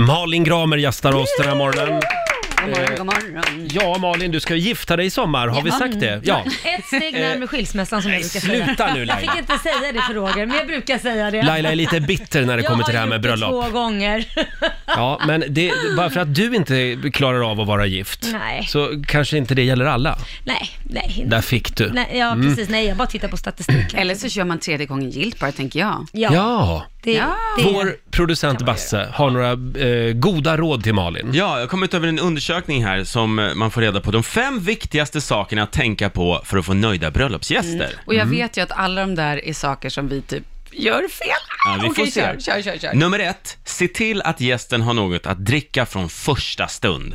Malin Gramer gästar oss den här morgonen. God morgon, god morgon. Ja, Malin, du ska ju gifta dig i sommar. Har vi Ja. sagt Mm. det? Ja. Eh, Ett steg närmare skilsmässan som jag brukar säga. Sluta nu Jag fick Laila. inte säga det för Roger, men jag brukar säga det. Laila är lite bitter när det kommer till det här med Jag har bröllop. gjort det två gånger. Ja, men det, bara för att du inte klarar av att vara gift Nej. så kanske inte det gäller alla. Nej, nej. Där Mm. fick du. nej ja, precis. Nej, jag bara tittar på statistiken. Eller så kör man tredje gången gillt bara, tänker jag. Ja, Ja. det, det Vår producent Basse har några eh, goda råd till Malin. Ja, jag har kommit över en undersökning här som eh, man får reda på de fem viktigaste sakerna att tänka på för att få nöjda bröllopsgäster. Och jag vet ju att alla de där är saker som vi typ gör fel. Ja, vi får Okej, se. kör, kör, kör, kör. Nummer ett, se till att gästen har något att dricka från första stund.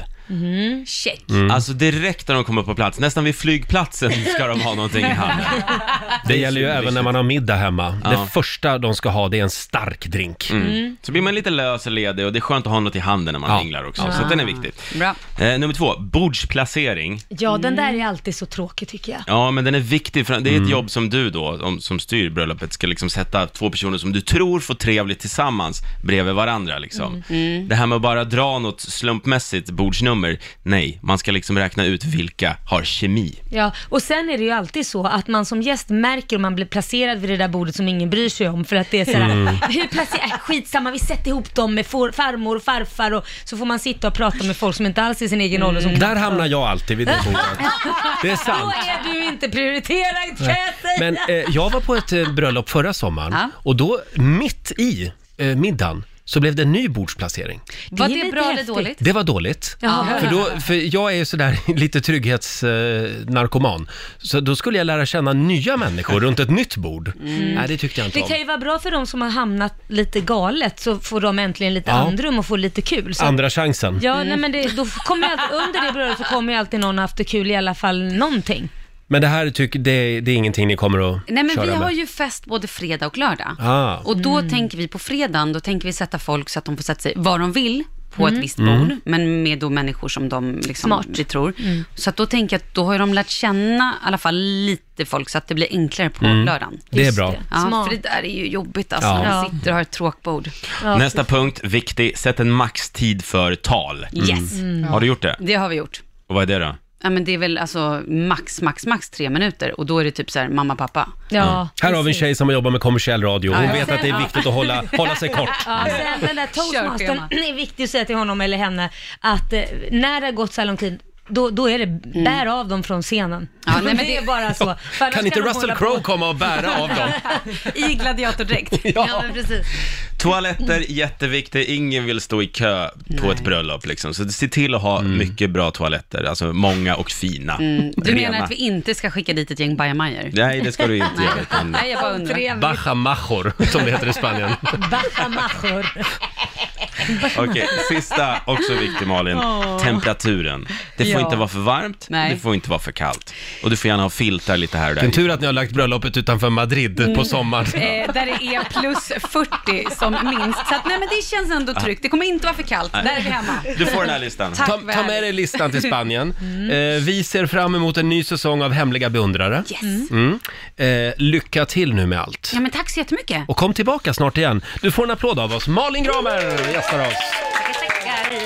Check. Mm. Alltså direkt när de kommer på plats, nästan vid flygplatsen ska de ha någonting i handen. Det gäller ju även när man har middag hemma. Ja. Det första de ska ha det är en stark drink. Mm. Så blir man lite lös och ledig och det är skönt att ha något i handen när man Ja. minglar också, så att den är viktig. Bra. Eh, nummer två, bordsplacering. ja, den där är alltid så tråkig tycker jag. Ja, men den är viktig, för det är ett jobb som du då, om, som styr bröllopet, ska liksom sätta två personer som du tror får trevligt tillsammans bredvid varandra Mm. liksom. Det här med att bara dra något slumpmässigt bordsnummer, nej, man ska liksom räkna ut vilka har kemi. Ja, och sen är det ju alltid så att man som gäst märker om man blir placerad vid det där bordet som ingen bryr sig om för att det är sådär, Mm. hur placerar, äh, skitsamma vi sätter ihop dem med for, farmor och farfar och så får man sitta och prata med folk som inte alls är i sin Mm. egen ålder. Som Där hamnar jag alltid vid det bordet. Det är Då sant. är du inte prioriterad kan jag säga. Men eh, jag var på ett eh, bröllop förra sommaren Ja. och då mitt i eh, middagen så blev det en ny bordsplacering. Var är lite det bra eller häftigt. dåligt? Det var dåligt. Ja. För, då, för jag är ju sådär lite trygghetsnarkoman. Eh, narkoman. så då skulle jag lära känna nya människor runt ett nytt bord. Nej, det tyckte jag inte Mm. Det om. kan ju vara bra för de som har hamnat lite galet så får de äntligen lite Ja. andrum och får lite kul. Så. Andra chansen. Ja, nej, men det, då kommer ju alltid, under det brödet så kommer ju alltid någon ha haft det kul i alla fall någonting. Men det här tycker, det, det är ingenting ni kommer att Nej, men köra vi med? har ju fest både fredag och lördag. Ah. Och då tänker vi på fredagen, då tänker vi sätta folk så att de får sätta sig var de vill på ett visst bord, men med då människor som de liksom Smart. vi tror. Så att då tänker jag att då har ju de lärt känna i alla fall lite folk så att det blir enklare på lördagen. Det är Just bra. det. Ja, Smart. för det där är ju jobbigt alltså, Ja. när Ja. man sitter och har ett tråkbord. Ja, Nästa punkt, viktig, sätt en maxtid för tal. Yes, Har du gjort det? det har vi gjort. Och vad är det då? Ja, men det är väl alltså max, max, max tre minuter och då är det typ så här mamma, pappa. Ja, Mm. Här har vi en precis. tjej som jobbar med kommersiell radio. Hon Ja, ja. vet att det är viktigt att hålla, hålla sig kort. Ja, sen den där toastmastern Körschema. är viktig att säga till honom eller henne att eh, när det har gått så här lång tid då, då är det bär av dem från scenen. Ja, nej, men det är det- bara så. För annars Mm. Kan inte de Russell hålla på- Crowe komma och bära av dem? I gladiatordräkt. Ja, men precis. Mm. Toaletter, jätteviktigt. Ingen vill stå i kö på ett bröllop liksom. Så se till att ha mycket bra toaletter, alltså många och fina. Mm. Du menar Rena. att vi inte ska skicka dit ett gäng bajamajor? Nej, det ska du inte göra. utan- Nej, jag bara undrar. Bajamajor, som det heter i Spanien. Bajamajor. Okej, sista, också viktig Malin. Temperaturen. Det får Ja. inte vara för varmt, Nej. det får inte vara för kallt. Och du får gärna ha filtar lite här och Vilken där. tur att ni har lagt bröllopet utanför Madrid på sommaren. Eh, där det är plus 40 som minst. Så att, nej, men det känns ändå tryggt. Det kommer inte vara för kallt. Där är vi hemma. Du får den här listan. Tack Ta, väl. ta med dig listan till Spanien. Eh, vi ser fram emot en ny säsong av Hemliga beundrare. Yes. Mm. Eh, lycka till nu med allt. Ja, men tack så jättemycket. Och kom tillbaka snart igen. Du får en applåd av oss. Malin Gramer gästar oss. Tackar, tackar.